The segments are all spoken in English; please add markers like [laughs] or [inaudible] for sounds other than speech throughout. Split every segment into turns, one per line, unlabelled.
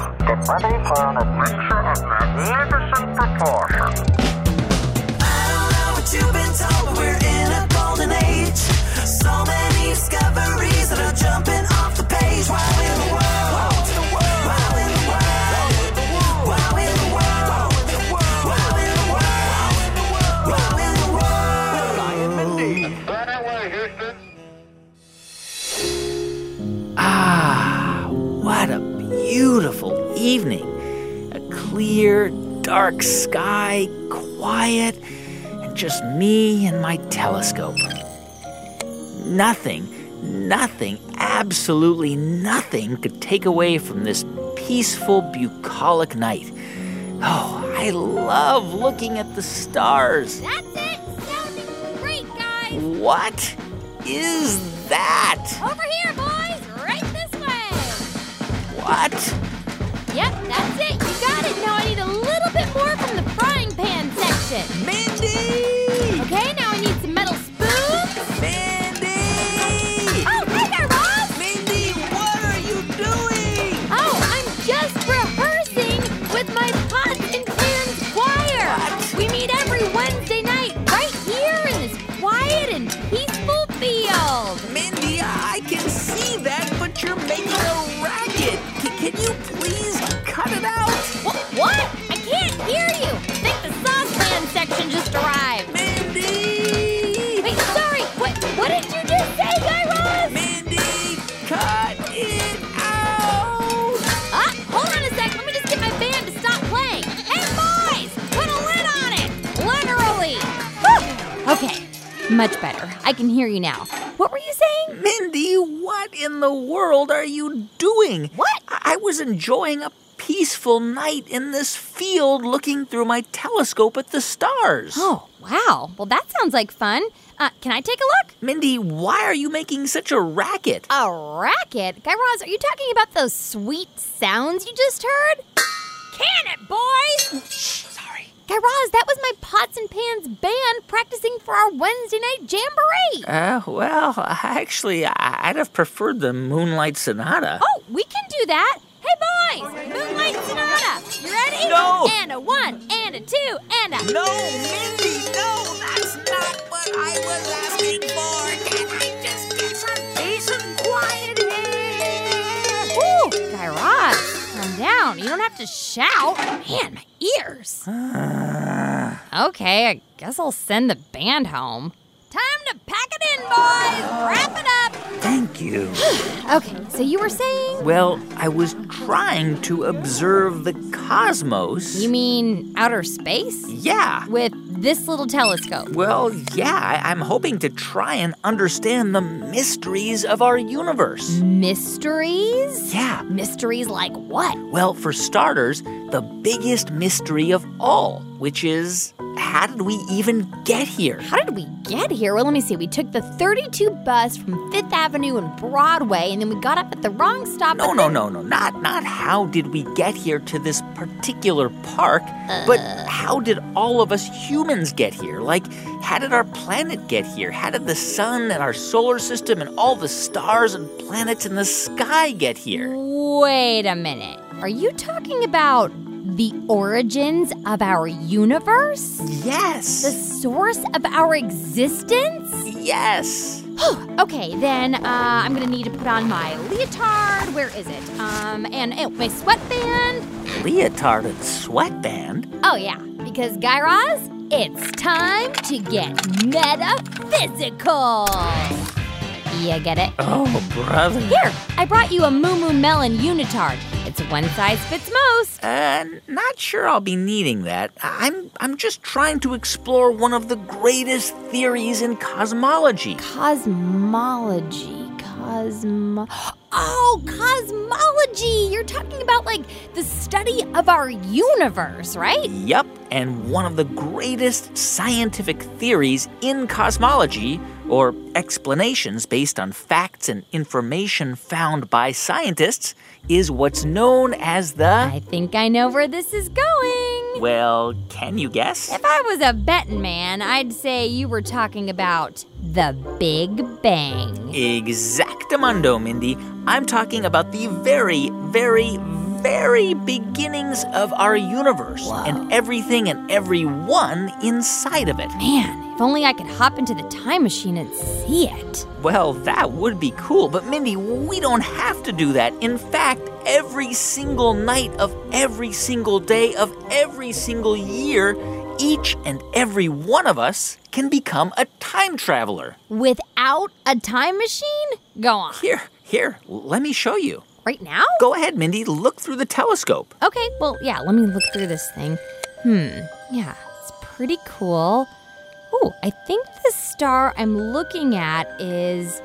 ready for an adventure of magnificent proportions.
I don't know what you've been told, but we're in a golden age. So many discoveries that are jumping off the page. Wow in the world. Wow in the world. Wow in the world. Wow in the world. Wow in the world.
Right away, Houston.
Ah, what a beautiful evening. A clear, dark sky, quiet, and just me and my telescope. Nothing, nothing, absolutely nothing could take away from this peaceful, bucolic night. Oh, I love looking at the stars.
That's it! Sounding great, guys!
What is that?
Over here, boys! Right this way!
What?
Yep, that's it! You got it! Now I need a little bit more from the frying pan section.
Mindy!
Okay, now I need some metal spoons.
Mindy!
Oh, hey there, Rob!
Mindy, what are you doing?
Oh, I'm just rehearsing with my pots and pans choir. We meet every Wednesday night right here in this quiet and peaceful field.
Mindy, I can see that, but you're making a racket. C- can you please cut it out?
What? What? I can't hear you. I think the saucepan section just arrived.
Mindy!
Wait, sorry. What? What did you just say, Guy Raz?
Mindy, cut it out!
Ah, hold on a sec. Let me just get my band to stop playing. Hey, boys, put a lid on it. Literally. Whew. Okay, much better. I can hear you now. What were you saying?
Mindy, what in the world are you doing?
What?
I, I was enjoying a peaceful night in this field looking through my telescope at the stars.
Oh, wow. Well, that sounds like fun. Uh, can I take a look?
Mindy, why are you making such a racket?
A racket? Guy Raz, are you talking about those sweet sounds you just heard? Can it, boys!
Sorry.
Guy Raz, that was my Pots and Pans band practicing for our Wednesday night jamboree.
Uh, well, actually, I- I'd have preferred the Moonlight Sonata.
Oh, we can do that. Hey,
Oh,
boys! Moonlight Sonata! You ready?
No.
And a one, and a two, and a.
No, Mindy, no, that's not what I was asking for. Can I just get some peace and quiet here?
Ooh, Guy Raz, calm down. You don't have to shout. Man, my ears. Okay, I guess I'll send the band home. Time to pack it in, boys! Wrap it up!
Thank you.
Okay, so you were saying.
Well, I was trying to observe the cosmos.
You mean outer space?
yeah.
With this little telescope.
Well, yeah, I- I'm hoping to try and understand the mysteries of our universe.
Mysteries?
Yeah.
Mysteries like what?
Well, for starters, the biggest mystery of all, which is how did we even get here?
How did we get here? Well, let me see. We took the 32 bus from Fifth Avenue and Broadway, and then we got up at the wrong stop.
No,
at
no,
the-
no, no, not not how did we get here to this particular park, but how did all of us humans get here? Like, how did our planet get here? How did the sun and our solar system and all the stars and planets in the sky get here?
Wait a minute. Are you talking about the origins of our universe? The
Yes.
source of our existence?
Yes.
Okay, then uh, I'm gonna need to put on my leotard. Where is it? Um, and oh, my sweatband.
Leotard and sweatband.
Oh, yeah, because Guy Raz, it's time to get metaphysical. You get it?
Oh, brother.
Here, I brought you a Moo Moo Melon unitard. It's one size fits most.
Uh, not sure I'll be needing that. I- I'm I'm just trying to explore one of the greatest theories in cosmology.
Cosmology. Cosmo. Oh, cosmology! You're talking about like the study of our universe, right?
Yup, and one of the greatest scientific theories in cosmology, or explanations based on facts and information found by scientists, is what's known as the.
I think I know where this is going.
Well, can you guess?
If I was a betting man, I'd say you were talking about the Big Bang.
Exactamundo, Mindy. I'm talking about the very, very, very beginnings of our universe and everything and everyone inside of it.
Man, if only I could hop into the time machine and see it.
Well, that would be cool, but Mindy, we don't have to do that. In fact, every single night of every single day of every single year, each and every one of us can become a time traveler.
Without a time machine? Go on.
Here, here, let me show you.
Right now?
Go ahead, Mindy, look through the telescope.
Okay, well, yeah, let me look through this thing. Hmm, yeah, it's pretty cool. Oh, I think the star I'm looking at is.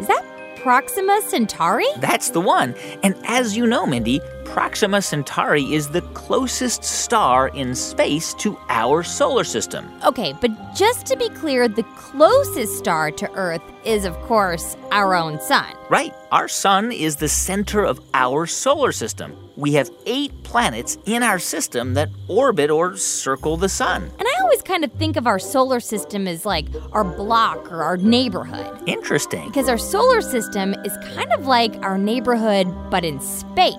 Is that Proxima Centauri?
That's the one. And as you know, Mindy, Proxima Centauri is the closest star in space to our solar system.
Okay, but just to be clear, the closest star to Earth is, of course, our own sun.
Right, our sun is the center of our solar system. We have eight planets in our system that orbit or circle the sun.
And I always kind of think of our solar system as like our block or our neighborhood.
Interesting.
Because our solar system is kind of like our neighborhood, but in space.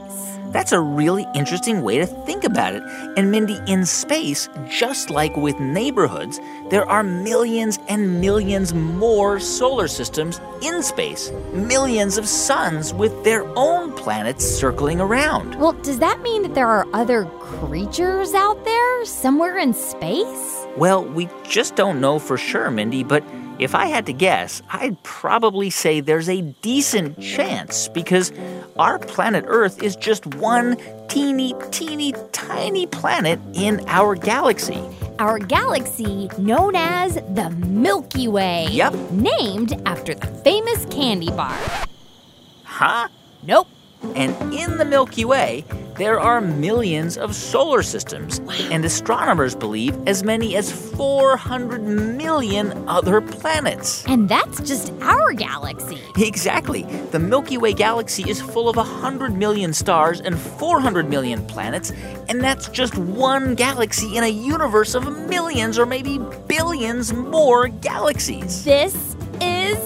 That's a really interesting way to think about it. And Mindy, in space, just like with neighborhoods, there are millions and millions more solar systems in space, millions of suns with their own planets circling around.
Well, does that mean that there are other creatures out there somewhere in space?
Well, we just don't know for sure, Mindy, but if I had to guess, I'd probably say there's a decent chance because our planet Earth is just one teeny, teeny, tiny planet in our galaxy.
Our galaxy, known as the Milky Way.
Yep.
Named after the famous candy bar.
Huh?
Nope.
And in the Milky Way, there are millions of solar systems, and astronomers believe as many as 400 million other planets.
And that's just our galaxy.
Exactly. The Milky Way galaxy is full of 100 million stars and 400 million planets, and that's just one galaxy in a universe of millions or maybe billions more galaxies.
This is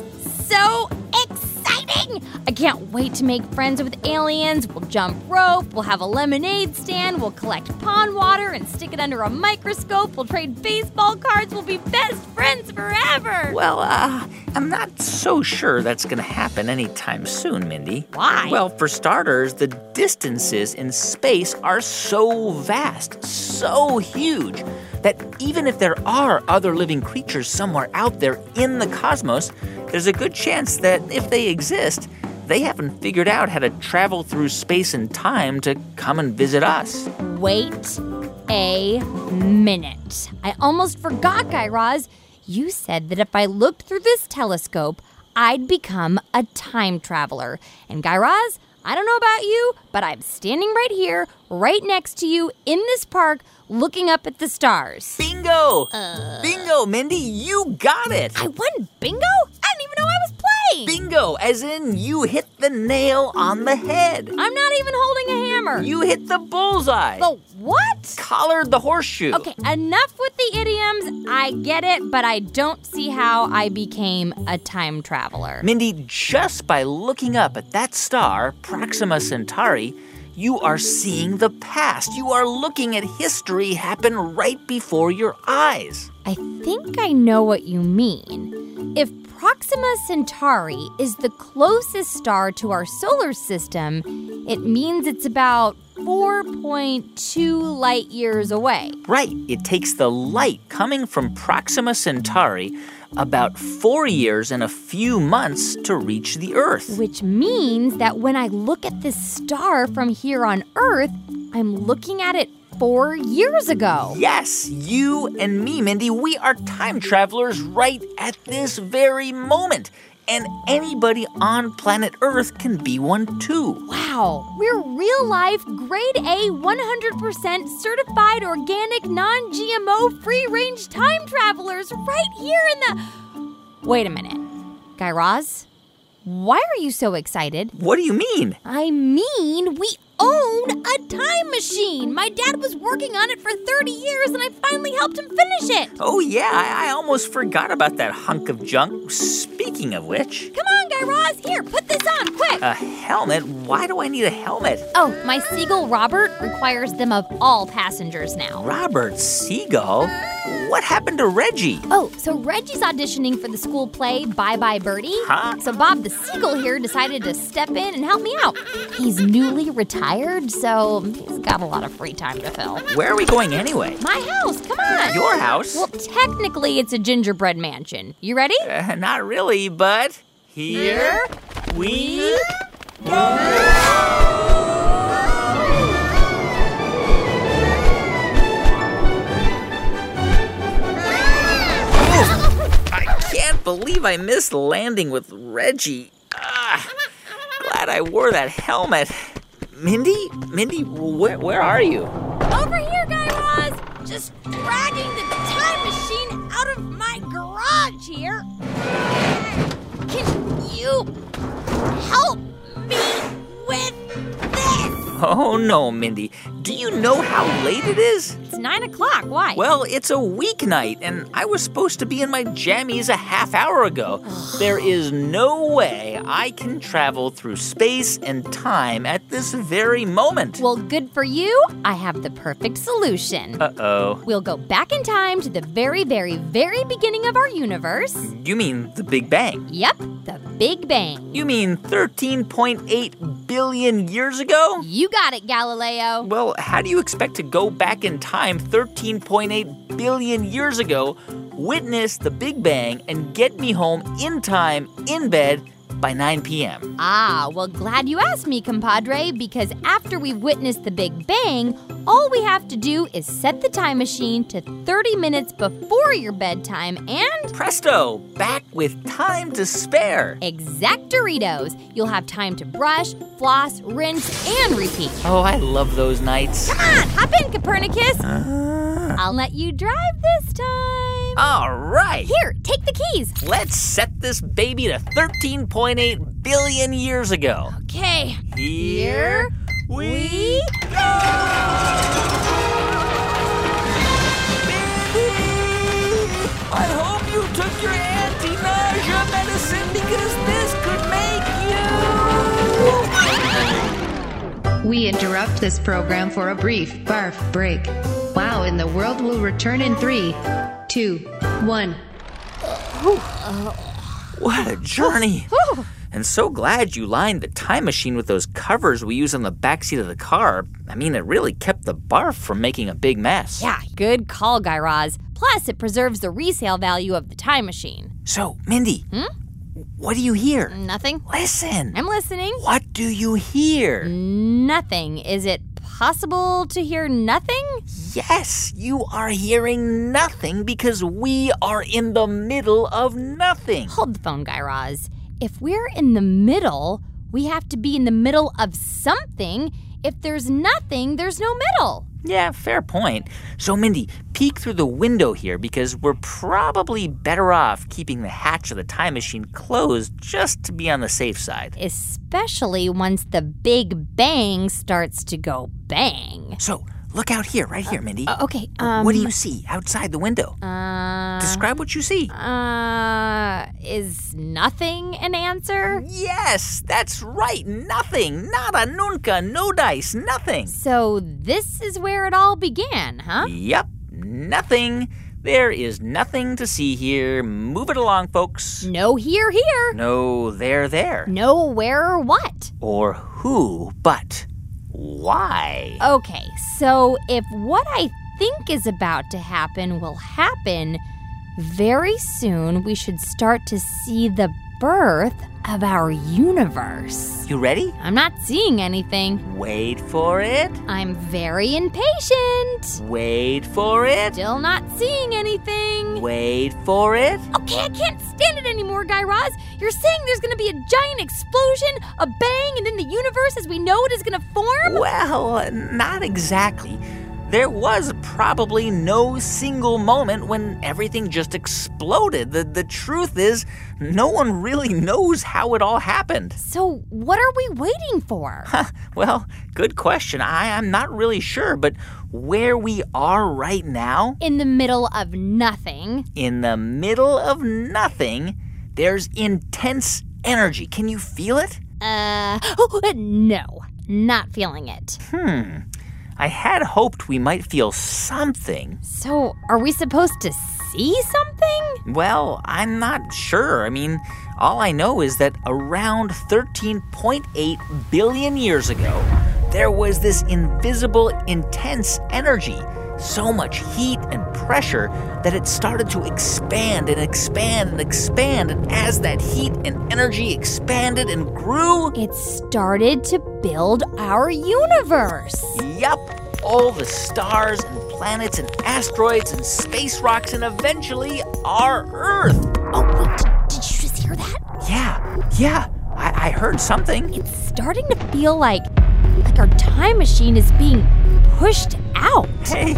so exciting! I can't wait to make friends with aliens. We'll jump rope, we'll have a lemonade stand, we'll collect pond water and stick it under a microscope, we'll trade baseball cards, we'll be best friends forever!
Well, uh, I'm not so sure that's going to happen anytime soon, Mindy.
Why?
Well, for starters, the distances in space are so vast, so huge, that even if there are other living creatures somewhere out there in the cosmos, there's a good chance that if they exist, they haven't figured out how to travel through space and time to come and visit us.
Wait a minute. I almost forgot, Guy Raz. You said that if I looked through this telescope, I'd become a time traveler. And Guy Raz, I don't know about you, but I'm standing right here, right next to you in this park, looking up at the stars.
Bingo! Bingo, Mindy, you got it!
I won bingo? I didn't even know I was playing.
Bingo, as in you hit the nail on the head.
I'm not even holding a hammer.
You hit the bullseye.
the what?
Collared the horseshoe.
Okay, enough with the idioms. I get it, but I don't see how I became a time traveler.
Mindy, just by looking up at that star, Proxima Centauri, you are seeing the past. You are looking at history happen right before your eyes.
I think I know what you mean. If Proxima Centauri is the closest star to our solar system, it means it's about 4.2 light years away.
Right, it takes the light coming from Proxima Centauri about four years and a few months to reach the Earth.
Which means that when I look at this star from here on Earth, I'm looking at it four years ago.
Yes, you and me, Mindy, we are time travelers right at this very moment. And anybody on planet Earth can be one too.
Wow, we're real life, grade A, 100% certified organic, non GMO, free range time travelers right here in the. Wait a minute. Guy Raz, why are you so excited?
What do you mean?
I mean, we own a time machine. My dad was working on it for 30 years and I finally helped him finish it.
Oh, yeah, I, I almost forgot about that hunk of junk. Speaking of which,
Come on, Guy Raz, here, put this helmets on, quick!
A helmet? Why do I need a helmet?
Oh, my seagull Robert requires them of all passengers now.
Robert Seagull? What happened to Reggie?
Oh, so Reggie's auditioning for the school play Bye Bye Birdie.
Huh?
So Bob the Seagull here decided to step in and help me out. He's newly retired, so he's got a lot of free time to fill.
Where are we going anyway?
My house, come on!
Your house?
Well, technically, it's a gingerbread mansion. You ready?
Uh, not really, but here we I can't believe I missed landing with Reggie. Ah, glad I wore that helmet. Mindy, Mindy, where, where are you?
Over here, Guy Raz! Just dragging the time machine out of my garage here. Can you help me with this?
Oh no, Mindy. Do you know how late it is?
It's nine o'clock. Why?
Well, it's a weeknight, and I was supposed to be in my jammies a half hour ago. there is no way I can travel through space and time at this very moment.
well, good for you. I have the perfect solution.
Uh oh.
we'll go back in time to the very, very, very beginning of our universe.
You mean the Big Bang?
Yep, the Big Bang.
You mean 13.8 billion years ago?
You got it, Galileo.
Well, how do you expect to go back in time 13.8 billion years ago, witness the Big Bang, and get me home in time, in bed, by 9 p.m.?
Ah, well, glad you asked me, compadre, because after we've witnessed the Big Bang, all we have to do is set the time machine to 30 minutes before your bedtime and.
Presto! Back with time to spare!
Exact Doritos. You'll have time to brush, floss, rinse, and repeat.
Oh, I love those nights.
Come on, hop in, Copernicus.
Ah.
I'll let you drive this time.
All right,
Here, take the keys.
let's set this baby to 13.8 billion years ago.
Okay.
Here we I hope you took your anti-nausea medicine because this could make you.
We interrupt this program for a brief barf break. Wow in the world will return in three, two, one.
What a journey!
Whew.
And so glad you lined the time machine with those covers we use on the backseat of the car. I mean, it really kept the barf from making a big mess.
Yeah, good call, Guy Raz. Plus, it preserves the resale value of the time machine.
So, Mindy, what do you hear?
Nothing?
Listen.
Hmm? Mm. I'm Mm. listening.
What do you hear?
Nothing. Is it possible to hear nothing?
Yes, you are hearing nothing because we are in the middle of nothing.
Hold the phone, Guy Raz. If we're in the middle, we have to be in the middle of something. If there's nothing, there's no middle.
Yeah, fair point. So, Mindy, peek through the window here because we're probably better off keeping the hatch of the time machine closed just to be on the safe side.
Especially once the Big Bang starts to go bang.
So, look out here, right here, Mindy.
Okay, um.
what do you see outside the window? Describe what you see.
Uh, is nothing an answer?
Yes, that's right. Nothing. Nada, nunca, no dice, nothing.
So this is where it all began, huh?
Yep, nothing. There is nothing to see here. Move it along, folks.
No here, here.
No, there, there.
No where or what.
Or who, but why?
Okay, so if what I think is about to happen will happen, very soon we should start to see the birth of our universe.
You ready?
I'm not seeing anything.
Wait for it.
I'm very impatient.
Wait for it.
Still not seeing anything.
Wait for it.
Okay, I can't stand it anymore, Guy Raz. You're saying there's gonna be a giant explosion, a bang, and then the universe as we know it is gonna form?
Well, not exactly. There was probably no single moment when everything just exploded. The, the truth is, no one really knows how it all happened.
So, what are we waiting [laughs] for?
Well, good question. I, I'm not really sure, but where we are right now,
In the middle of nothing.
in the middle of nothing, there's intense energy. Can you feel it?
Uh, no, not feeling it.
I had hoped we might feel something.
So, are we supposed to see something?
Well, I'm not sure. I mean, all I know is that around 13.8 billion years ago, there was this invisible, intense energy, so much heat and pressure that it started to expand and expand and expand. And as that heat and energy expanded and grew,
It started to build our universe.
Yup, all the stars and planets and asteroids and space rocks and eventually our Earth.
Oh, wait, did- did you just hear that?
Yeah, yeah, I, I heard something.
It's starting to feel like like our time machine is being pushed out.
Hey,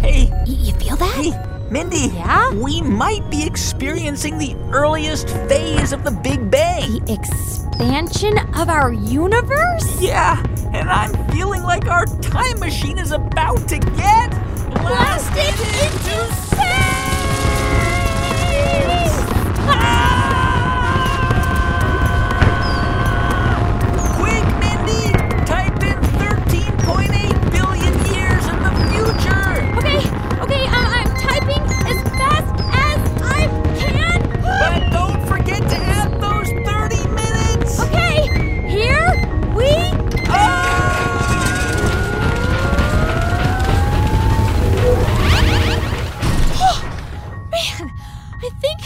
hey,
Y- you feel that?
hey, Mindy.
Yeah?
We might be experiencing the earliest phase of the Big Bang.
The expansion of our universe?
Yeah, and I'm feeling like our time machine is about to get blasted into space! Quick, Mindy! Type in 13.8 billion years in the future!
Okay, okay, uh, I'm typing as fast as I can.
But don't forget to add those 30 minutes!
Okay, here we Oh, Man, I think,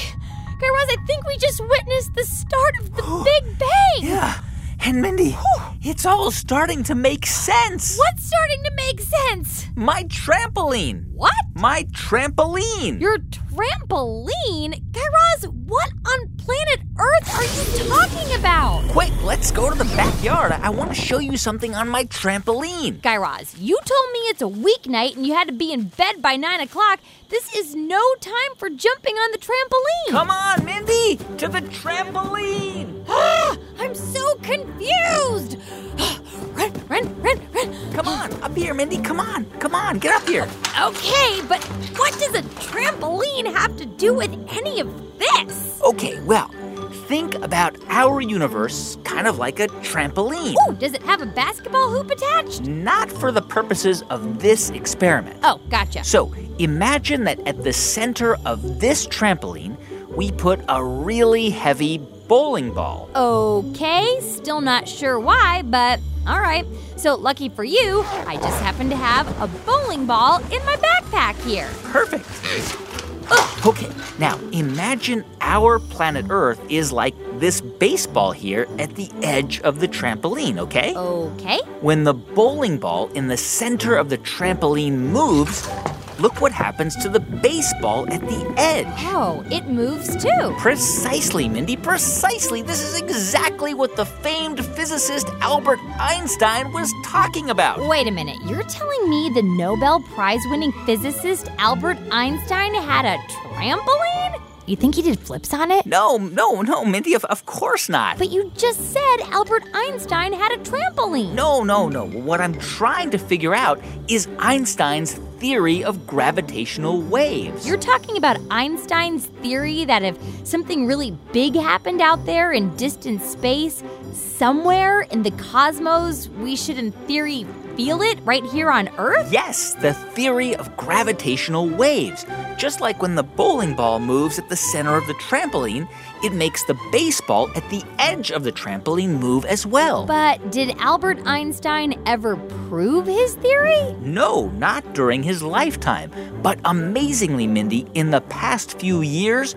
Guy Raz, I think we just witnessed the start of the Big Bang.
Yeah, and Mindy, it's all starting to make sense!
What's starting to make sense?
My trampoline!
What?
My trampoline!
Your trampoline? Guy Raz, what on planet Earth are you talking about?
Quick, let's go to the backyard. I want to show you something on my trampoline.
Guy Raz, you told me it's a weeknight and you had to be in bed by 9 o'clock. This is no time for jumping on the trampoline. [gasps]
Come on, Mindy, to the trampoline.
Ah, I'm so confused. [gasps] run, run, run, run.
Come on, up here, Mindy. Come on, come on, get up here.
Okay, but what does a trampoline have to do with any of this?
Okay, well, think about our universe kind of like a trampoline.
Ooh, does it have a basketball hoop attached?
Not for the purposes of this experiment.
Oh, gotcha.
So imagine that at the center of this trampoline, we put a really heavy bowling ball.
Okay, still not sure why, but all right. So, lucky for you, I just happen to have a bowling ball in my backpack here.
Perfect. Okay, now imagine our planet Earth is like this baseball here at the edge of the trampoline, okay?
Oh. Okay,
When the bowling ball in the center of the trampoline moves, look what happens to the baseball at the edge.
oh, it moves too.
Precisely, Mindy, precisely. This is exactly what the famed physicist Albert Einstein was talking about.
Wait a minute, you're telling me the Nobel Prize winning physicist Albert Einstein had a trampoline? You think he did flips on it?
No, no, no, Mindy, of, of course not.
But you just said Albert Einstein had a trampoline.
No, no, no. What I'm trying to figure out is Einstein's theory of gravitational waves.
You're talking about Einstein's theory that if something really big happened out there in distant space, somewhere in the cosmos, we should, in theory, feel it right here on Earth?
Yes, the theory of gravitational waves. Just like when the bowling ball moves at the center of the trampoline, it makes the baseball at the edge of the trampoline move as well.
But did Albert Einstein ever prove his theory?
No, not during his lifetime. But amazingly, Mindy, in the past few years,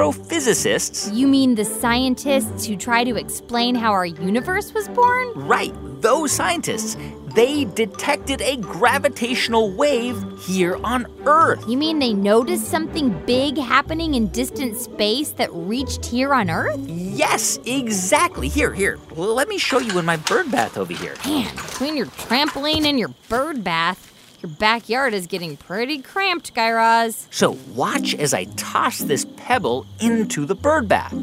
astrophysicists
You mean the scientists who try to explain how our universe was born?
Right, those scientists. They detected a gravitational wave here on Earth.
You mean they noticed something big happening in distant space that reached here on Earth?
Yes, exactly. Here, here. Let me show you in my bird bath over here.
Man, between your trampoline and your bird bath, your backyard is getting pretty cramped, Guy Raz.
So, watch as I toss this pebble into the bird bath.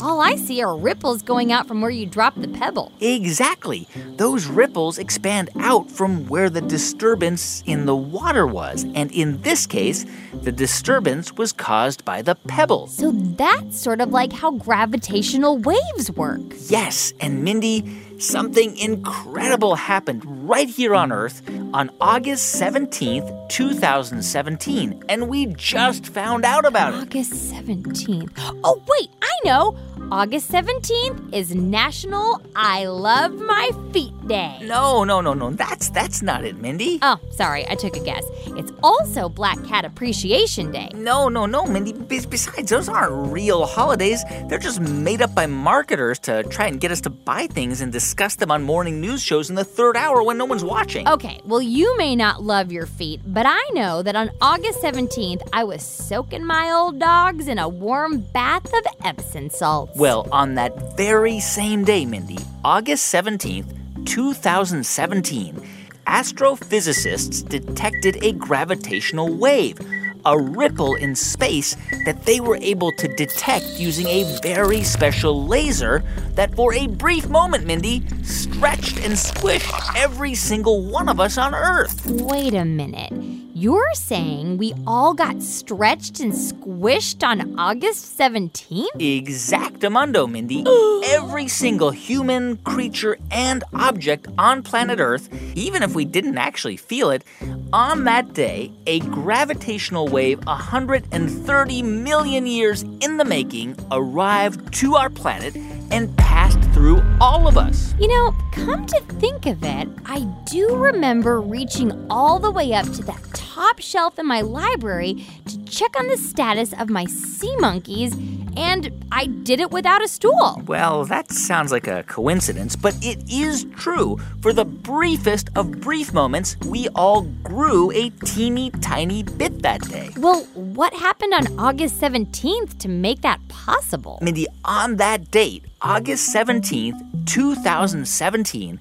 All I see are ripples going out from where you dropped the pebble.
Exactly. Those ripples expand out from where the disturbance in the water was. And in this case, the disturbance was caused by the pebble.
So that's sort of like how gravitational waves work.
Yes, and Mindy, something incredible happened right here on Earth on August 17th, 2017. And we just found out about it.
August 17th. Oh, wait, I know. August 17th is National I Love My Feet Day.
No, no, no, no. That's that's not it, Mindy.
Oh, sorry, I took a guess. It's also Black Cat Appreciation Day.
No, no, no, Mindy. Be- besides, those aren't real holidays. They're just made up by marketers to try and get us to buy things and discuss them on morning news shows in the third hour when no one's watching.
Okay, well, you may not love your feet, but I know that on August 17th, I was soaking my old dogs in a warm bath of Epsom salts.
Well, on that very same day, Mindy, August 17th, 2017, astrophysicists detected a gravitational wave, a ripple in space that they were able to detect using a very special laser that, for a brief moment, Mindy, stretched and squished every single one of us on Earth.
Wait a minute. You're saying we all got stretched and squished on August 17th?
Exactamundo, Mindy. Every single human, creature, and object on planet Earth, even if we didn't actually feel it, on that day, a gravitational wave 130 million years in the making arrived to our planet and passed through all of us.
You know, come to think of it, I do remember reaching all the way up to that top shelf in my library to check on the status of my sea monkeys, and I did it without a stool.
Well, that sounds like a coincidence, but it is true. For the briefest of brief moments, we all grew a teeny tiny bit that day.
Well, what happened on August 17th to make that possible?
Mindy, on that date, August 17th, 2017,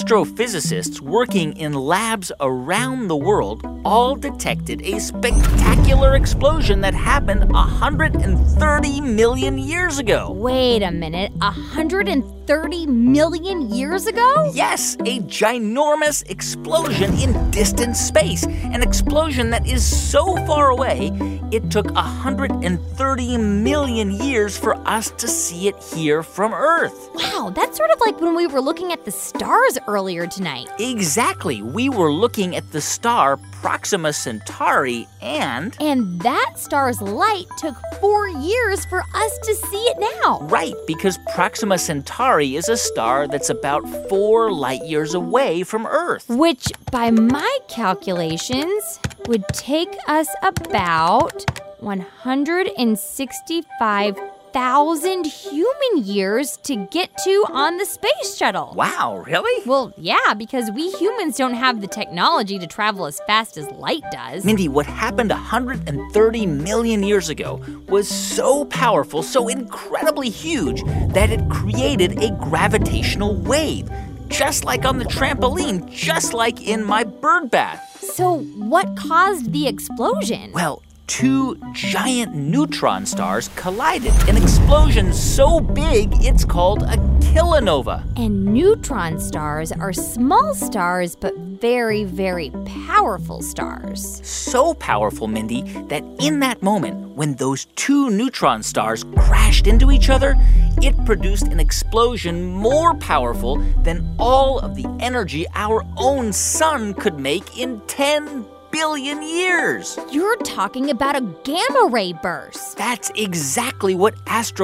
astrophysicists working in labs around the world all detected a spectacular explosion that happened 130 million years ago.
Wait a minute, 130 million years ago?
Yes, a ginormous explosion in distant space. An explosion that is so far away, it took 130 million years for us to see it here from Earth.
Wow, that's sort of like when we were looking at the stars earlier tonight.
Exactly. We were looking at the star Proxima Centauri, and
And that star's light took four years for us to see it now.
right, because Proxima Centauri is a star that's about four light years away from Earth.
Which, by my calculations, would take us about 165,000 human years to get to on the space shuttle.
Wow, really?
Well, yeah, because we humans don't have the technology to travel as fast as light does.
Mindy, what happened 130 million years ago was so powerful, so incredibly huge, that it created a gravitational wave. Just like on the trampoline, just like in my bird bath.
So, what caused the explosion?
Well, two giant neutron stars collided, an explosion so big it's called a kilonova.
And neutron stars are small stars, but very, very powerful stars.
So powerful, Mindy, that in that moment, when those two neutron stars crashed into each other, it produced an explosion more powerful than all of the energy our own sun could make in 10 billion years.
You're talking about a gamma ray burst.
That's exactly what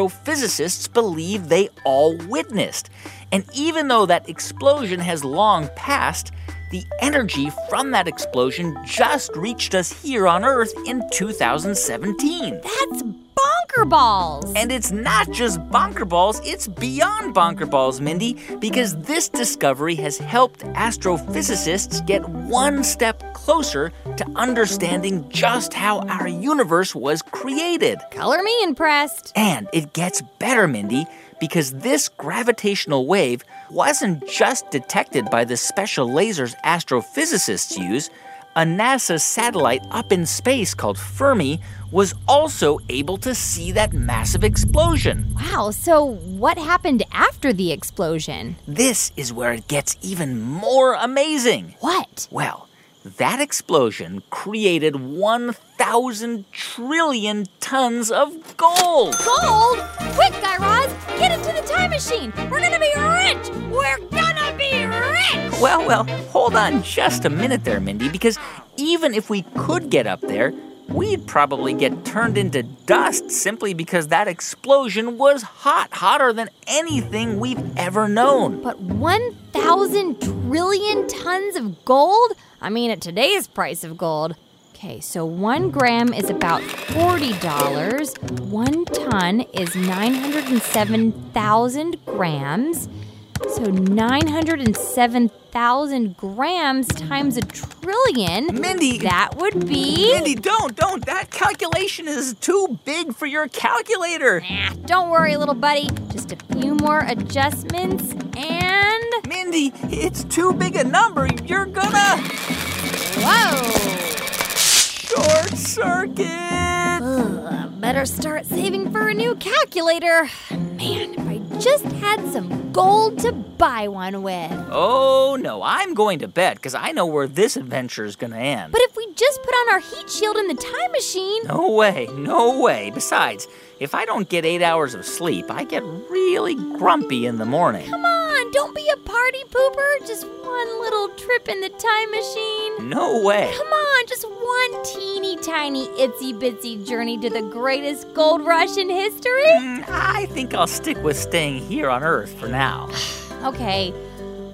astrophysicists believe they all witnessed. And even though that explosion has long passed, the energy from that explosion just reached us here on Earth in 2017.
That's bonker balls.
And it's not just bonker balls, it's beyond bonker balls, Mindy, because this discovery has helped astrophysicists get one step closer to understanding just how our universe was created.
Color me impressed.
And it gets better, Mindy, because this gravitational wave wasn't just detected by the special lasers astrophysicists use. a NASA satellite up in space called Fermi was also able to see that massive explosion.
Wow, so what happened after the explosion?
This is where it gets even more amazing.
What?
Well, that explosion created 1,000 trillion tons of gold.
Gold? Quick, Guy Raz, get into the time machine. We're gonna be rich. We're gonna be rich.
Well, well, hold on just a minute there, Mindy, because even if we could get up there, we'd probably get turned into dust simply because that explosion was hot, hotter than anything we've ever known.
But 1,000 trillion tons of gold? I mean, at today's price of gold. Okay, so one gram is about $40. One ton is 907,000 grams. So 907,000 grams times a trillion.
Mindy,
That would be.
Mindy, don't, don't. That calculation is too big for your calculator.
Nah, don't worry, little buddy. Just a few more adjustments and.
Mindy, it's too big a number. You're gonna
Whoa!
short circuit.
Ugh, better start saving for a new calculator. Man, if I just had some gold to buy one with.
Oh, no, I'm going to bed because I know where this adventure is gonna end.
But if we just put on our heat shield in the time machine.
No way, no way. Besides, if I don't get eight hours of sleep, I get really grumpy in the morning.
Come on, don't be a party pooper. Just one little trip in the time machine.
No way.
Come on, just one teeny tiny itsy bitsy journey to the greatest gold rush in history.
Mm, I think I'll stick with staying here on Earth for now.
Okay.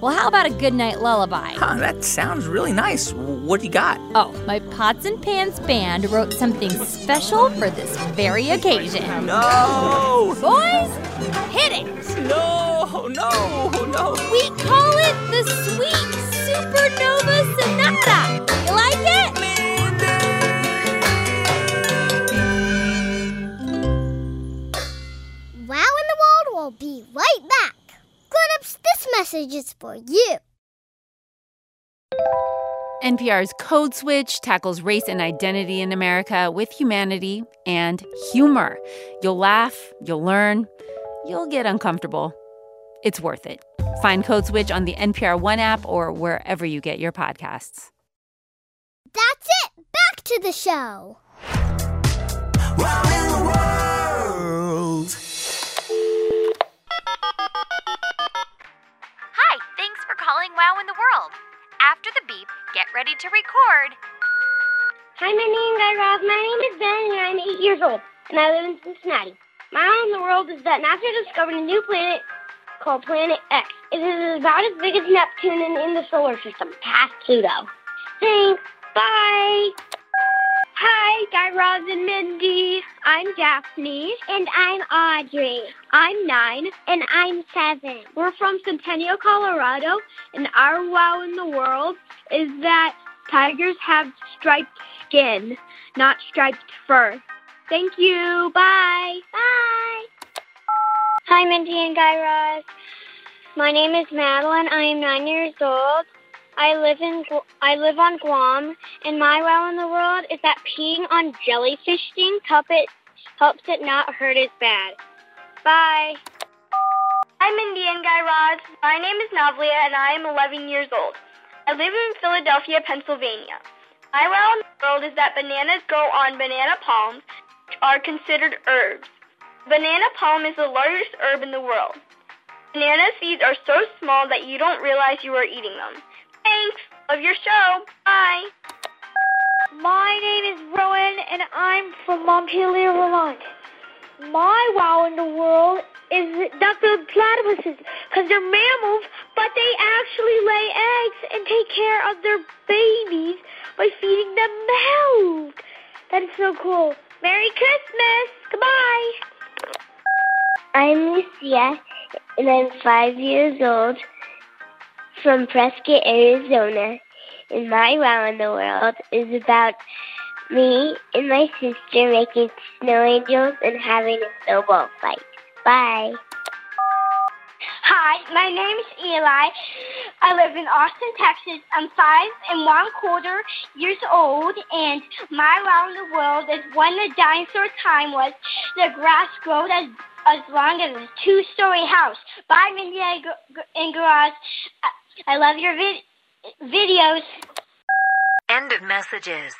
Well, how about a good night lullaby?
Huh, that sounds really nice. What do you got?
Oh, my Pots and Pans band wrote something special for this very occasion.
No!
Boys, hit it!
No! No! No!
We call it the Sweet Supernova Sonata. You like it?
Wow in the World will be right back. Grown ups, this message is for you.
NPR's Code Switch tackles race and identity in America with humanity and humor. You'll laugh, you'll learn, you'll get uncomfortable. It's worth it. Find Code Switch on the NPR One app or wherever you get your podcasts.
That's it. Back to the show.
Wow in the world.
Hi, thanks for calling WoW in the World. After the beep, get ready to record.
Hi, my name is Guy Raz. My name is Ben, and I'm eight years old, and I live in Cincinnati. My wow in the world is that NASA discovered a new planet called Planet X. It is about as big as Neptune and in the solar system, past Pluto. Thanks. Bye. Hi, Guy Raz and Mindy. I'm Daphne. And I'm Audrey. I'm nine. And I'm seven. We're from Centennial, Colorado, and our wow in the world is that tigers have striped skin, not striped fur. Thank you. Bye. Bye. Hi, Mindy and Guy Raz. My name is Madeline. I am nine years old. I live in Gu- I live on Guam, and my wow in the world is that peeing on jellyfish sting help it helps it not hurt as bad. Bye. I'm Indian Guy Raz. My name is Navlia, and I am 11 years old. I live in Philadelphia, Pennsylvania. My wow in the world is that bananas grow on banana palms, which are considered herbs. Banana palm is the largest herb in the world. Banana seeds are so small that you don't realize you are eating them. Thanks. Love your show. Bye. My name is Rowan, and I'm from Montpelier, Vermont. My wow in the world is that the platypuses, because they're mammals, but they actually lay eggs and take care of their babies by feeding them milk. That is so cool. Merry Christmas. Goodbye. I'm Lucia, and I'm five years old from Prescott, Arizona. And my wow in the world is about me and my sister making snow angels and having a snowball fight. Bye. Hi, my name's Eli. I live in Austin, Texas. I'm five and one quarter years old, and my round the world is when the dinosaur time was. The grass growed as as long as a two-story house. Bye, Mindy and Gar- Gar- and Garage. I- I love your vid- videos.
End of messages.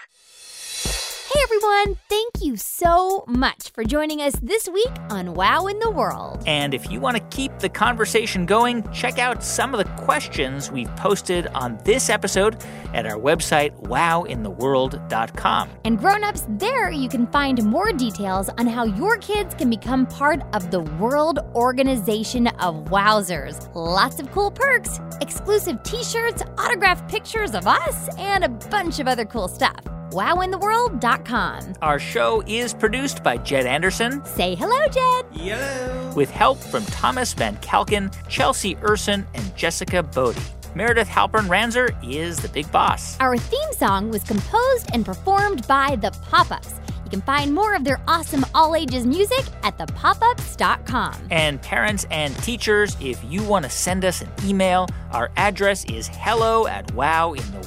Hey everyone, thank you so much for joining us this week on Wow in the World.
And if you want to keep the conversation going, check out some of the questions we've posted on this episode at our website, wowintheworld.com.
And grown-ups, there you can find more details on how your kids can become part of the World Organization of Wowzers. Lots of cool perks, exclusive t-shirts, autographed pictures of us, and a bunch of other cool stuff. Wowintheworld.com.
Our show is produced by Jed Anderson
Say hello, Jed.
with help from Thomas Van Kalken, Chelsea Urson, and Jessica Bodie. Meredith Halpern Ranzer is the big boss.
Our theme song was composed and performed by The Pop Ups. You can find more of their awesome all ages music at thepopups.com.
And parents and teachers, if you want to send us an email, our address is hello at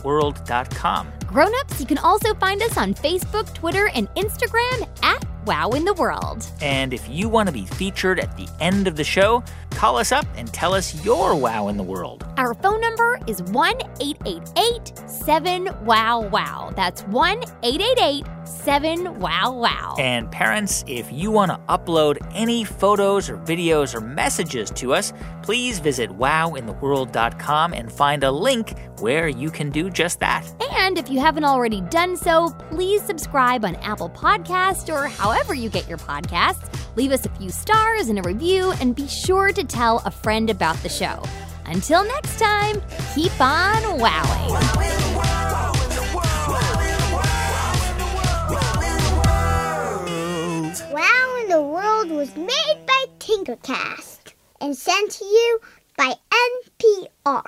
wowintheworld.com.
Grown ups, you can also find us on Facebook, Twitter, and Instagram at Wow in the World.
And if you want to be featured at the end of the show, call us up and tell us your wow in the world.
Our phone number is 1 888 7 Wow Wow. That's 1 888 7 Wow Wow.
And parents, if you want to upload any photos or videos or messages to us, please visit wowintheworld.com and find a link where you can do just that.
And if you haven't already done so, please subscribe on Apple Podcasts or however you get your podcasts. Leave us a few stars and a review, and be sure to tell a friend about the show. Until next time, keep on wowing.
Wow in the World was made by Tinkercast and sent to you by NPR.